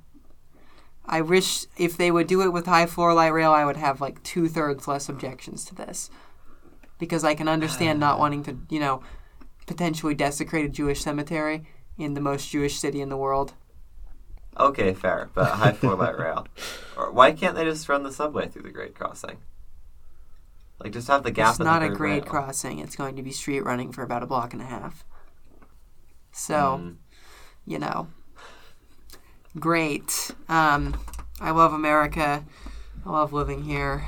S1: I wish if they would do it with high floor light rail, I would have like two thirds less objections to this, because I can understand
S2: Ah.
S1: not wanting to, you know, potentially desecrate a Jewish cemetery in the most Jewish city in the world.
S2: Okay, fair, but high four light rail. Or why can't they just run the subway through the grade crossing? Like just have the gap.
S1: It's
S2: in
S1: not
S2: the
S1: a
S2: third
S1: grade
S2: rail.
S1: crossing. It's going to be street running for about a block and a half. So,
S2: Hmm.
S1: you know, great. Um, I love America. I love living here.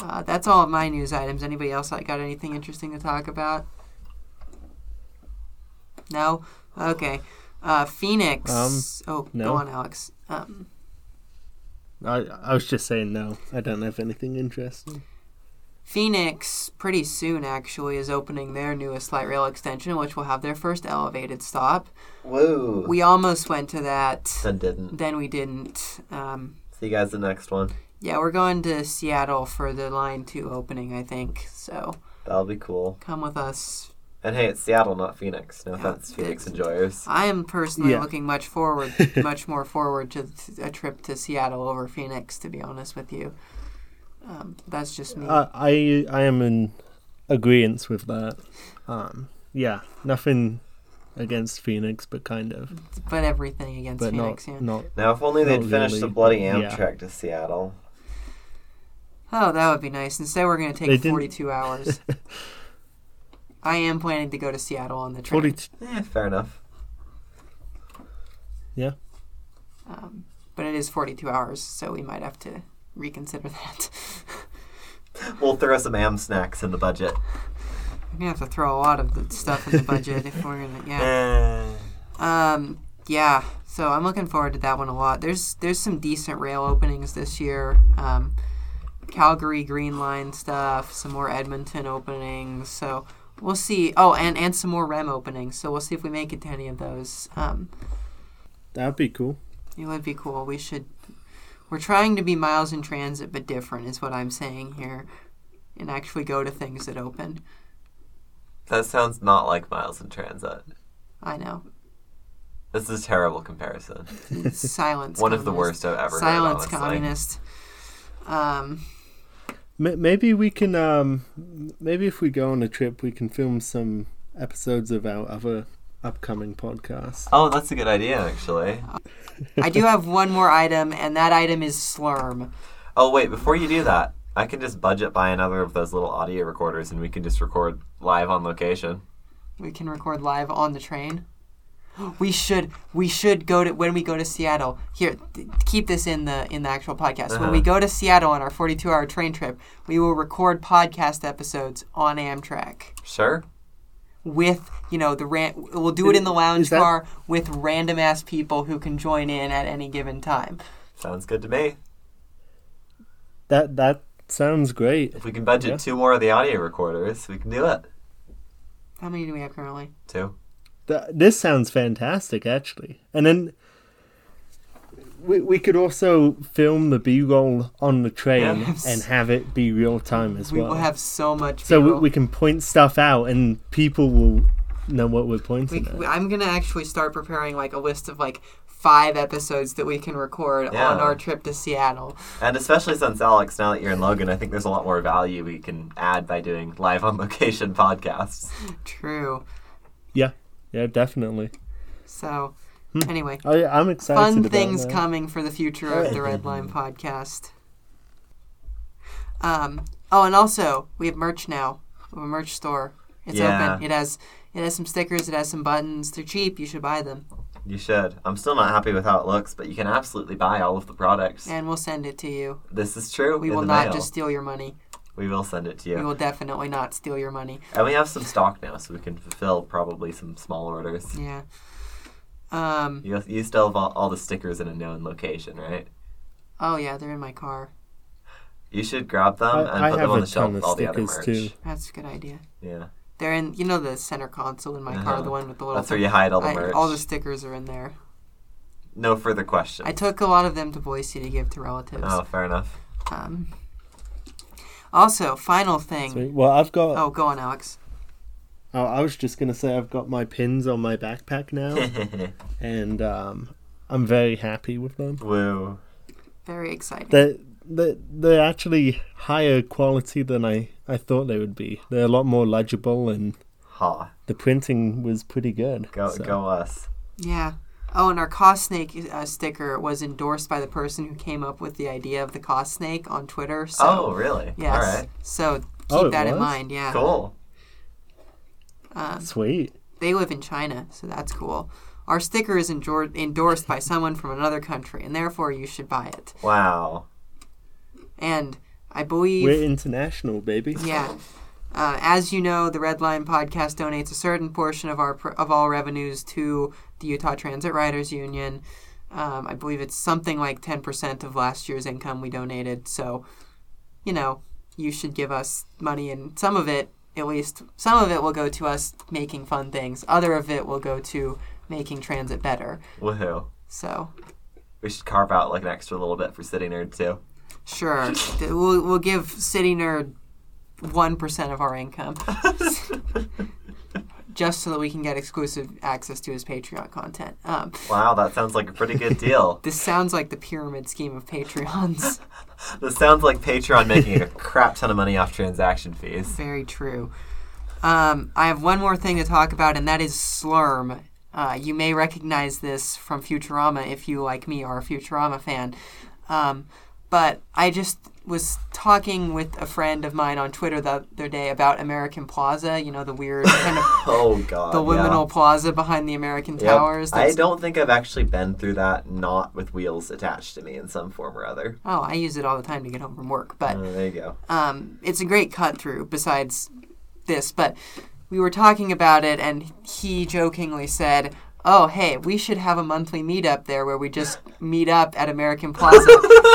S1: Uh, that's all of my news items. Anybody else like, got anything interesting to talk about? No. Okay. Uh, Phoenix.
S3: Um,
S1: oh,
S3: no.
S1: go on, Alex. Um,
S3: I, I was just saying no. I don't have anything interesting.
S1: Phoenix, pretty soon actually, is opening their newest light rail extension, which will have their first elevated stop.
S2: Woo.
S1: We almost went to that,
S2: then didn't.
S1: then we didn't. Um,
S2: See you guys the next one.
S1: yeah, we're going to Seattle for the Line 2 opening, I think. So
S2: That'll be cool.
S1: come with us.
S2: And hey, it's Seattle, not Phoenix. No offense, Phoenix
S1: it's-
S2: enjoyers.
S1: I am personally
S3: Yeah.
S1: looking much forward, much more forward to th- a trip to Seattle over Phoenix, to be honest with you. Um, that's just me.
S3: Uh, I I am in agreement with that. Um, yeah, nothing against Phoenix, but kind of,
S1: but everything against
S3: but
S1: Phoenix, yeah.
S3: not not.
S2: Now, if only they'd
S3: Not
S2: finished the
S3: Oh, really.
S2: bloody
S3: Yeah.
S2: Amtrak to Seattle.
S1: Oh, that would be nice. Instead, we're going to
S3: They
S1: take
S3: didn't-
S1: 42 hours. I am planning to go to Seattle on the train.
S3: Forty t-
S2: Eh, fair enough.
S1: Um, but it is 42 hours, so we might have to reconsider that.
S2: We'll throw some am snacks in the budget.
S1: we're going to have to throw a lot of the stuff in the budget if we're going to, yeah.
S2: Eh.
S1: Um, yeah, so I'm looking forward to that one a lot. There's there's some decent rail openings this year. Um, Calgary Green Line stuff, some more Edmonton openings. So we'll see. Oh, and, and some more REM openings. So we'll see if we make it to any of those. Um,
S3: that'd be cool.
S1: It would be cool. We should. We're trying to be miles in transit, but different is what I'm saying here, and actually go to things that open.
S2: That sounds not like Miles in Transit.
S1: I know.
S2: This is a terrible comparison.
S1: Silence.
S2: One of the
S1: communist.
S2: worst I've ever
S1: Silence,
S2: heard. honestly.
S1: communist. Um,
S3: M- maybe we can. Um, m- maybe if we go on a trip, we can film some episodes of our other upcoming podcast.
S2: Oh, that's a good idea, actually.
S1: Oh. I do have one more item, and that item is Slurm.
S2: Oh, wait, before you do that, I can just budget buy another of those little audio recorders and we can just record live on location.
S1: We can record live on the train. We should we should go to when we go to Seattle. Here, th- keep this in the in the actual podcast. When we
S2: Uh-huh.
S1: go to Seattle on our 42-hour train trip, we will record podcast episodes on Amtrak.
S2: Sure?
S1: with you know the ran- we'll do it in the lounge
S3: Is that-
S1: bar with random ass people who can join in at any given time.
S2: Sounds good to me.
S3: That that sounds great.
S2: If we can budget
S3: Yeah.
S2: two more of the audio recorders, we can do it.
S1: How many do we have currently?
S2: Two.
S3: Th- this sounds fantastic, actually. And then we we could also film the B roll on the train
S2: Yeah.
S3: and have it be real time as
S1: We
S3: well.
S1: will have so much.
S3: so we,
S1: people.
S3: we can point stuff out, and people will know what we're
S1: We-
S3: pointing at.
S1: I'm gonna actually start preparing like a list of like five episodes that we can record on
S2: Yeah.
S1: our trip to Seattle.
S2: And especially since Alex, now that you're in Logan, I think there's a lot more value we can add by doing live on location podcasts.
S1: True.
S3: Yeah, yeah, definitely.
S1: So
S3: Hmm.
S1: anyway,
S3: I, I'm excited.
S1: fun
S3: about
S1: things
S3: that.
S1: coming for the future of the Red Line podcast. Um, oh, and also we have merch now. We have a merch store. It's
S2: Yeah.
S1: open. It has it has some stickers. It has some buttons. They're cheap. You should buy them,
S2: You should. I'm still not happy with how it looks, but you can absolutely buy all of the products.
S1: and we'll send it to you.
S2: This is true.
S1: We
S2: in
S1: will
S2: the
S1: not
S2: mail.
S1: just steal your money.
S2: We will send it to you.
S1: We will definitely not steal your money.
S2: And we have some stock now, so we can fulfill probably some small orders.
S1: Yeah. Um.
S2: You, you still have all, all the stickers in a known location, right?
S1: Oh yeah, they're in my car.
S2: You should grab them and
S3: I, I
S2: put
S3: have
S2: them on
S3: a
S2: the shelf
S3: ton
S2: with
S3: of
S2: all the other
S3: stickers
S2: merch.
S3: too.
S1: That's a good idea.
S2: Yeah,
S1: They're in. You know the center console in my car,
S2: Uh-huh.
S1: the one with the little.
S2: that's where you hide all the
S1: I-
S2: merch.
S1: all the stickers are in there.
S2: No further questions.
S1: I took a lot of them to Boise to give to relatives.
S2: Oh, fair enough.
S1: Um, also, final thing.
S3: Sweet. Well, I've got.
S1: Oh, go on, Alex.
S3: Oh, I was just gonna say I've got my pins on my backpack now, and um, I'm very happy with them.
S2: Woo.
S1: Very exciting.
S3: They're, they're, they're actually higher quality than I, I thought they would be. They're a lot more legible, and
S2: Ha.
S3: the printing was pretty good.
S2: Go
S3: so.
S2: go us.
S1: yeah. Oh, and our cost snake uh, sticker was endorsed by the person who came up with the idea of the cost snake on Twitter. So,
S2: oh, really?
S1: Yes.
S2: All right.
S1: So keep
S3: Oh, it
S1: that in
S3: was?
S1: mind. Yeah.
S2: Cool.
S3: Sweet.
S1: They live in China, so that's cool. Our sticker is endor- endorsed by someone from another country, and therefore you should buy it.
S2: Wow.
S1: And I believe
S3: We're international, baby.
S1: Yeah. Uh, as you know, the Red Line podcast donates a certain portion of our pr- of all revenues to the Utah Transit Riders Union. Um, I believe it's something like ten percent of last year's income we donated. So, you know, you should give us money, and some of it, at least some of it, will go to us making fun things. Other of it will go to making transit better.
S2: Woohoo.
S1: So,
S2: We should carve out like an extra little bit for City Nerd too.
S1: sure, th- we'll we'll give City Nerd one percent of our income. just so that we can get exclusive access to his Patreon content. Um,
S2: wow, that sounds like a pretty good deal.
S1: this sounds like the pyramid scheme of Patreons.
S2: this sounds like Patreon making a crap ton of money off transaction fees.
S1: Very true. Um, I have one more thing to talk about, and that is Slurm. Uh, you may recognize this from Futurama if you, like me, are a Futurama fan. Um, but I just was talking with a friend of mine on Twitter the other day about American Plaza, you know, the weird kind of
S2: Oh god.
S1: the
S2: yeah.
S1: liminal plaza behind the American
S2: Yep.
S1: Towers.
S2: I
S1: that's-
S2: don't think I've actually been through that not with wheels attached to me in some form or other.
S1: Oh, I use it all the time to get home from work, but
S2: Uh, there you go.
S1: um, it's a great cut through besides this but we were talking about it and he jokingly said oh hey we should have a monthly meetup there where we just meet up at american plaza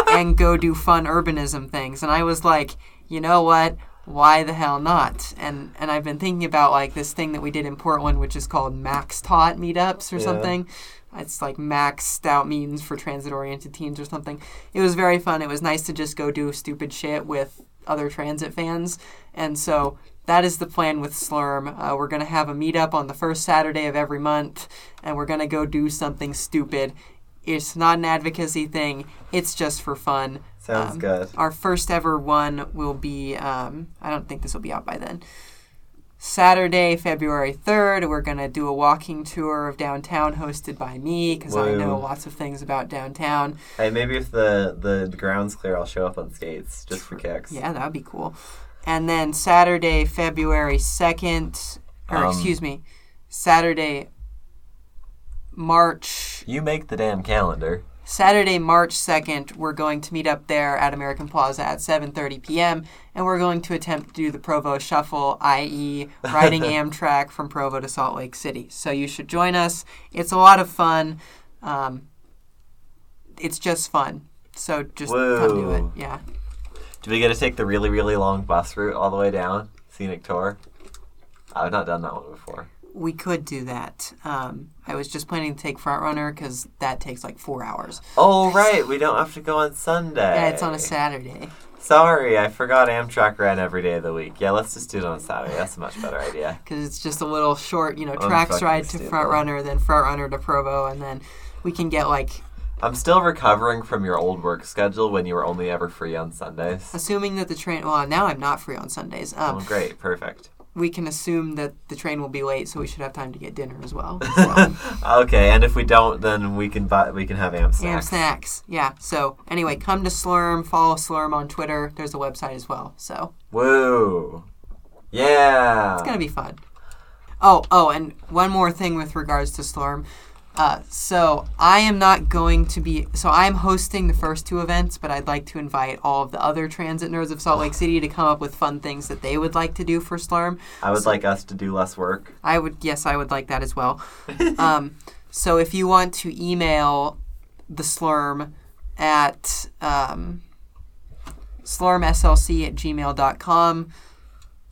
S1: and go do fun urbanism things and i was like you know what why the hell not and and i've been thinking about like this thing that we did in portland which is called max tot meetups or
S2: Yeah.
S1: something it's like maxed out means for transit oriented teens or something. It was very fun. It was nice to just go do stupid shit with other transit fans. And so that is the plan with Slurm. Uh, we're going to have a meetup on the first Saturday of every month, and we're going to go do something stupid. It's not an advocacy thing, it's just for fun.
S2: Sounds
S1: Um,
S2: good.
S1: Our first ever one will be, um, I don't think this will be out by then. Saturday, February 3rd, we're going to do a walking tour of downtown hosted by me because I
S2: Whoa.
S1: know lots of things about downtown.
S2: Hey, maybe if the, the ground's clear, I'll show up on skates just for kicks.
S1: Yeah, that would be cool. And then Saturday, February 2nd, or
S2: Um,
S1: excuse me, Saturday, March
S2: You make the damn calendar.
S1: Saturday, March 2nd, we're going to meet up there at American Plaza at 7:30 p.m. and we're going to attempt to do the Provo Shuffle, i.e., riding Amtrak from Provo to Salt Lake City. So you should join us. It's a lot of fun. Um, it's just fun. So just come do it.
S2: Whoa.
S1: Yeah.
S2: Do we get to take the really, really long bus route all the way down? Scenic tour? I've not done that one before.
S1: We could do that. Um, I was just planning to take Front Runner because that takes like four hours.
S2: Oh, right. We don't have to go on Sunday.
S1: Yeah, it's on a Saturday.
S2: Sorry, I forgot Amtrak ran every day of the week. Yeah, let's just do it on Saturday. That's a much better idea.
S1: because it's just a little short, you know,
S2: I'm
S1: tracks
S2: fucking
S1: ride to
S2: stupid.
S1: front runner, then front runner to Provo, and then we can get like,
S2: I'm still recovering from your old work schedule when you were only ever free on Sundays.
S1: assuming that the train. Well, now I'm not free on Sundays.
S2: Oh,
S1: Um,
S2: great. Perfect.
S1: we can assume that the train will be late, so we should have time to get dinner as well.
S2: Okay, and if we don't, then we can buy, we can have Am
S1: Damn
S2: snacks.
S1: snacks, yeah. So anyway, come to Slurm, follow Slurm on Twitter. There's a website as well, so
S2: Woo! Yeah.
S1: it's gonna be fun. Oh, oh, and one more thing with regards to Slurm. Uh, so I am not going to be. So I'm hosting the first two events, but I'd like to invite all of the other transit nerds of Salt Lake City to come up with fun things that they would like to do for Slurm.
S2: I would like us to do less work.
S1: I would, yes, I would like that as well. um, so if you want to email the Slurm at um, slurmslc at gmail.com,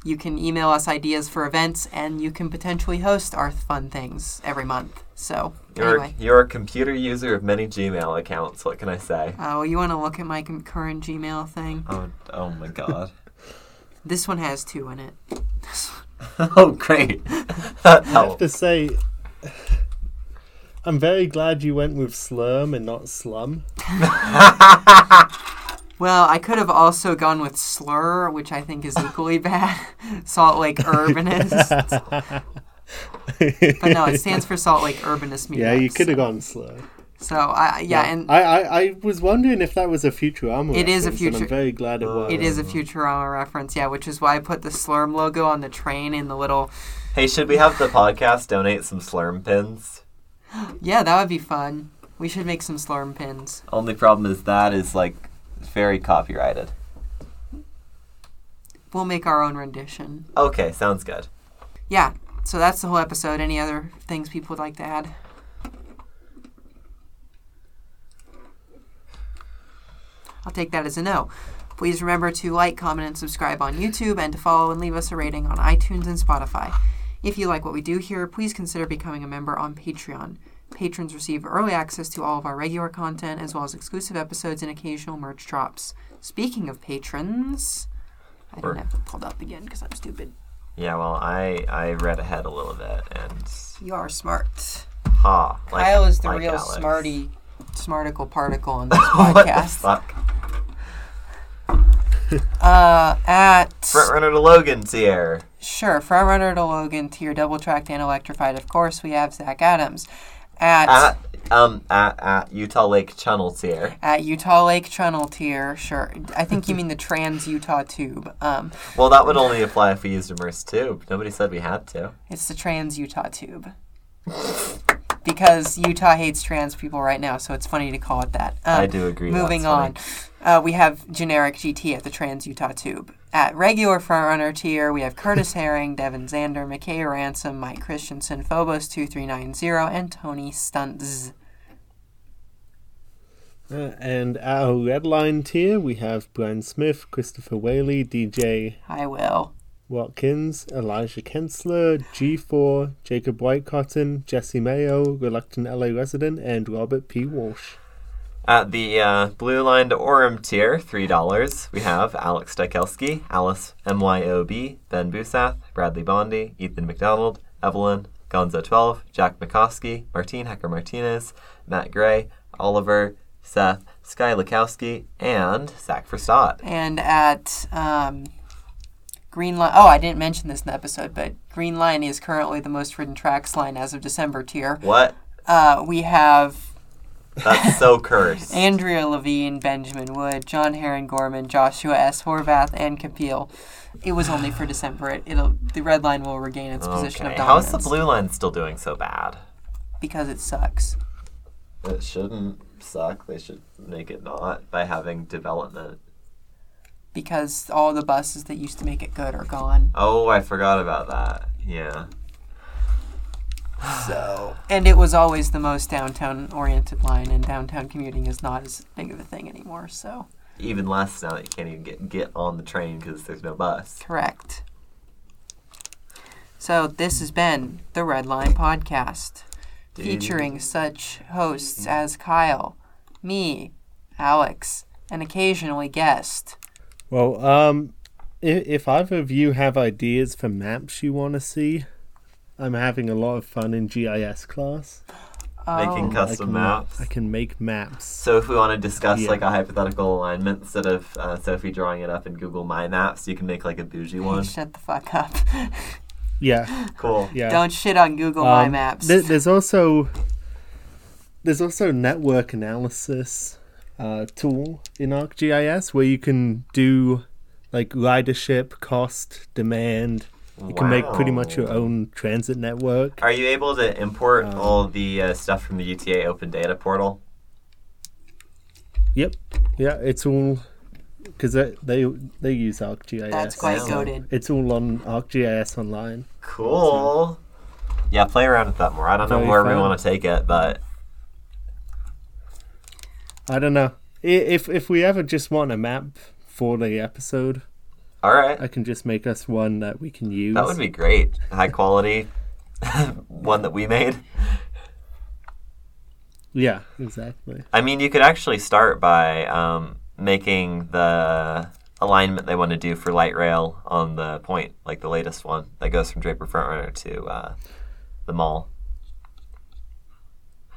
S1: you can email us ideas for events and you can potentially host our fun things every month. So,
S2: You're,
S1: anyway.
S2: you're a computer user of many Gmail accounts. What can I say?
S1: Uh, well, you want to look at my com- current Gmail thing?
S2: Oh, oh my god.
S1: This one has two in it.
S2: oh, great. Oh. that
S3: I have
S2: helped.
S3: to say, I'm very glad you went with slurm and not slum.
S1: Well, I could have also gone with slur, which I think is equally bad. Salt Lake urbanist. But no, it stands for Salt Lake Urbanist Meetup.
S3: yeah, you could have
S1: so-
S3: gone slow.
S1: So I yeah, and
S3: I, I, I was wondering if that was a Futurama.
S1: It is a
S3: reference, And
S1: Futur-
S3: I'm very glad it was.
S1: it is a Futurama reference, yeah, which is why I put the Slurm logo on the train in the little.
S2: Hey, should we have the podcast donate some slurm pins?
S1: Yeah, that would be fun. We should make some Slurm pins.
S2: Only problem is that is like very copyrighted.
S1: We'll make our own rendition.
S2: Okay, sounds good.
S1: Yeah, so that's the whole episode. Any other things people would like to add? I'll take that as a no. Please remember to like, comment, and subscribe on YouTube and to follow and leave us a rating on iTunes and Spotify. If you like what we do here, please consider becoming a member on Patreon. Patrons receive early access to all of our regular content as well as exclusive episodes and occasional merch drops. Speaking of patrons, I
S2: Or-
S1: didn't have it pulled up again because I'm stupid.
S2: Yeah, well, I I read ahead a little bit and
S1: You are smart.
S2: ha. Like,
S1: Kyle is the
S2: like
S1: real
S2: Alex.
S1: smarty, smarticle particle on this
S2: what the
S1: podcast.
S2: fuck?
S1: uh, at
S2: Front runner to Logan's here.
S1: sure frontrunner to Logan to your double tracked and electrified. Of course, we have Zach Adams at at,
S2: At um at, at Utah Lake Channel's here.
S1: Utah Lake Channel tier. Sure, I think you mean the Trans Utah Tube. Um,
S2: Well, that would only apply if we used immerse tube. Nobody said we had to.
S1: it's the Trans Utah Tube because Utah hates trans people right now, so it's funny to call it that. Um,
S2: I do agree.
S1: Moving
S2: that's
S1: on,
S2: funny.
S1: uh, we have generic GT at the Trans Utah Tube. At regular frontrunner tier, we have Curtis Herring, Devin Zander, McKay Ransom, Mike Christensen, Phobos two three nine zero, and Tony Stunts.
S3: Uh, and our red line tier, we have Brian Smith, Christopher Whaley, DJ
S1: I will.
S3: Watkins, Elijah Kensler, G4, Jacob Whitecotton, Jesse Mayo, Reluctant LA Resident, and Robert P. Walsh.
S2: At the uh, blue line to Orem tier, three dollars, we have Alex Dykelski, Alice MYOB, Ben Busath, Bradley Bondy, Ethan McDonald, Evelyn, Gonzo12, Jack McCoskey, Martine Hecker Martinez, Matt Gray, Oliver, Seth, Sky Lukowski, and Zach Verstaat.
S1: And at um, Green Line. Oh, I didn't mention this in the episode, but Green Line is currently the most ridden tracks line as of December tier.
S2: What?
S1: Uh, we have
S2: That's so cursed.
S1: Andrea Levine, Benjamin Wood, John Heron Gorman, Joshua S. Horvath, and Kapil. It was only for December. It, it'll the red line will regain its position
S2: Okay,
S1: of
S2: how's
S1: dominance
S2: the blue line still doing so bad?
S1: because it sucks.
S2: It shouldn't suck. They should make it not by having development.
S1: Because all the buses that used to make it good are gone.
S2: Oh, I forgot about that. Yeah.
S1: So and it was always the most downtown oriented line, and downtown commuting is not as big of a thing anymore. So
S2: even less now that you can't even get, get on the train because there's no bus.
S1: correct. So this has been the Red Line Podcast. featuring such hosts as Kyle, me, Alex, and occasionally guest.
S3: Well, um, if, if either of you have ideas for maps you want to see, I'm having a lot of fun in GIS class.
S2: Making
S1: Oh,
S2: custom
S3: I can,
S2: maps.
S3: I can make maps.
S2: So if we want to discuss
S3: Yeah.
S2: like a hypothetical alignment instead of uh, Sophie drawing it up in Google My Maps, you can make like a bougie one.
S1: shut the fuck up.
S3: Yeah,
S2: Cool.
S3: yeah.
S1: Don't shit on Google My
S3: Um,
S1: Maps.
S3: there- there's also there's also network analysis uh, tool in ArcGIS where you can do like ridership, cost, demand. You can make pretty much your
S2: Wow.
S3: own transit network.
S2: Are you able to import all the uh, stuff from the UTA Open Data Portal?
S3: Yep. Yeah, it's all because they, they they use ArcGIS.
S1: That's quite
S2: so-
S1: goaded.
S3: It's all on ArcGIS online.
S2: Cool. Yeah, play around with that more. I don't know
S3: Very
S2: where we
S3: fun.
S2: want to take it, but
S3: I don't know I- if if we ever just want a map for the episode,
S2: all right.
S3: I can just make us one that we can use.
S2: That would be great. High quality one that we made.
S3: yeah, exactly.
S2: I mean, you could actually start by um, making the alignment they want to do for light rail on the point, like the latest one that goes from Draper Frontrunner to uh, the mall.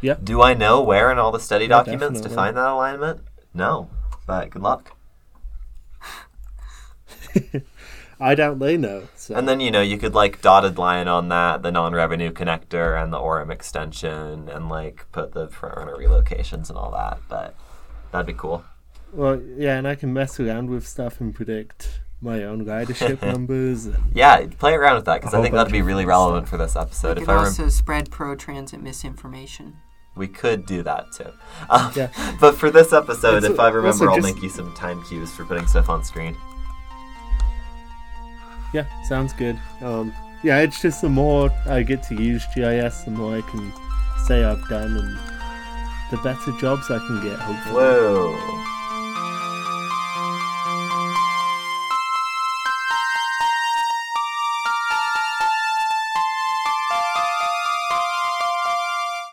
S3: Yeah.
S2: Do I know where in all the study documents to
S3: definitely.
S2: find that alignment? No, but good luck.
S3: I doubt they know. So.
S2: And then you know you could like dotted line on that the non-revenue connector and the Orem extension and like put the front runner relocations and all that, but that'd be cool.
S3: well, yeah, and I can mess around with stuff and predict my own ridership numbers. And,
S2: Yeah, play around with that because I
S3: whole
S2: think that'd
S3: bunch
S2: be
S3: of
S2: really
S3: fun
S2: relevant for this episode.
S1: We
S2: if
S1: could
S2: I rem-
S1: also spread pro transit misinformation.
S2: we could do that too. Um,
S3: Yeah.
S2: But for this episode,
S3: It's-
S2: if I
S3: also
S2: remember, I'll
S3: just-
S2: link you some time cues for putting stuff on screen.
S3: yeah, sounds good. Um, yeah, it's just the more I get to use GIS, the more I can say I've done, and the better jobs I can get. Hopefully.
S2: Whoa.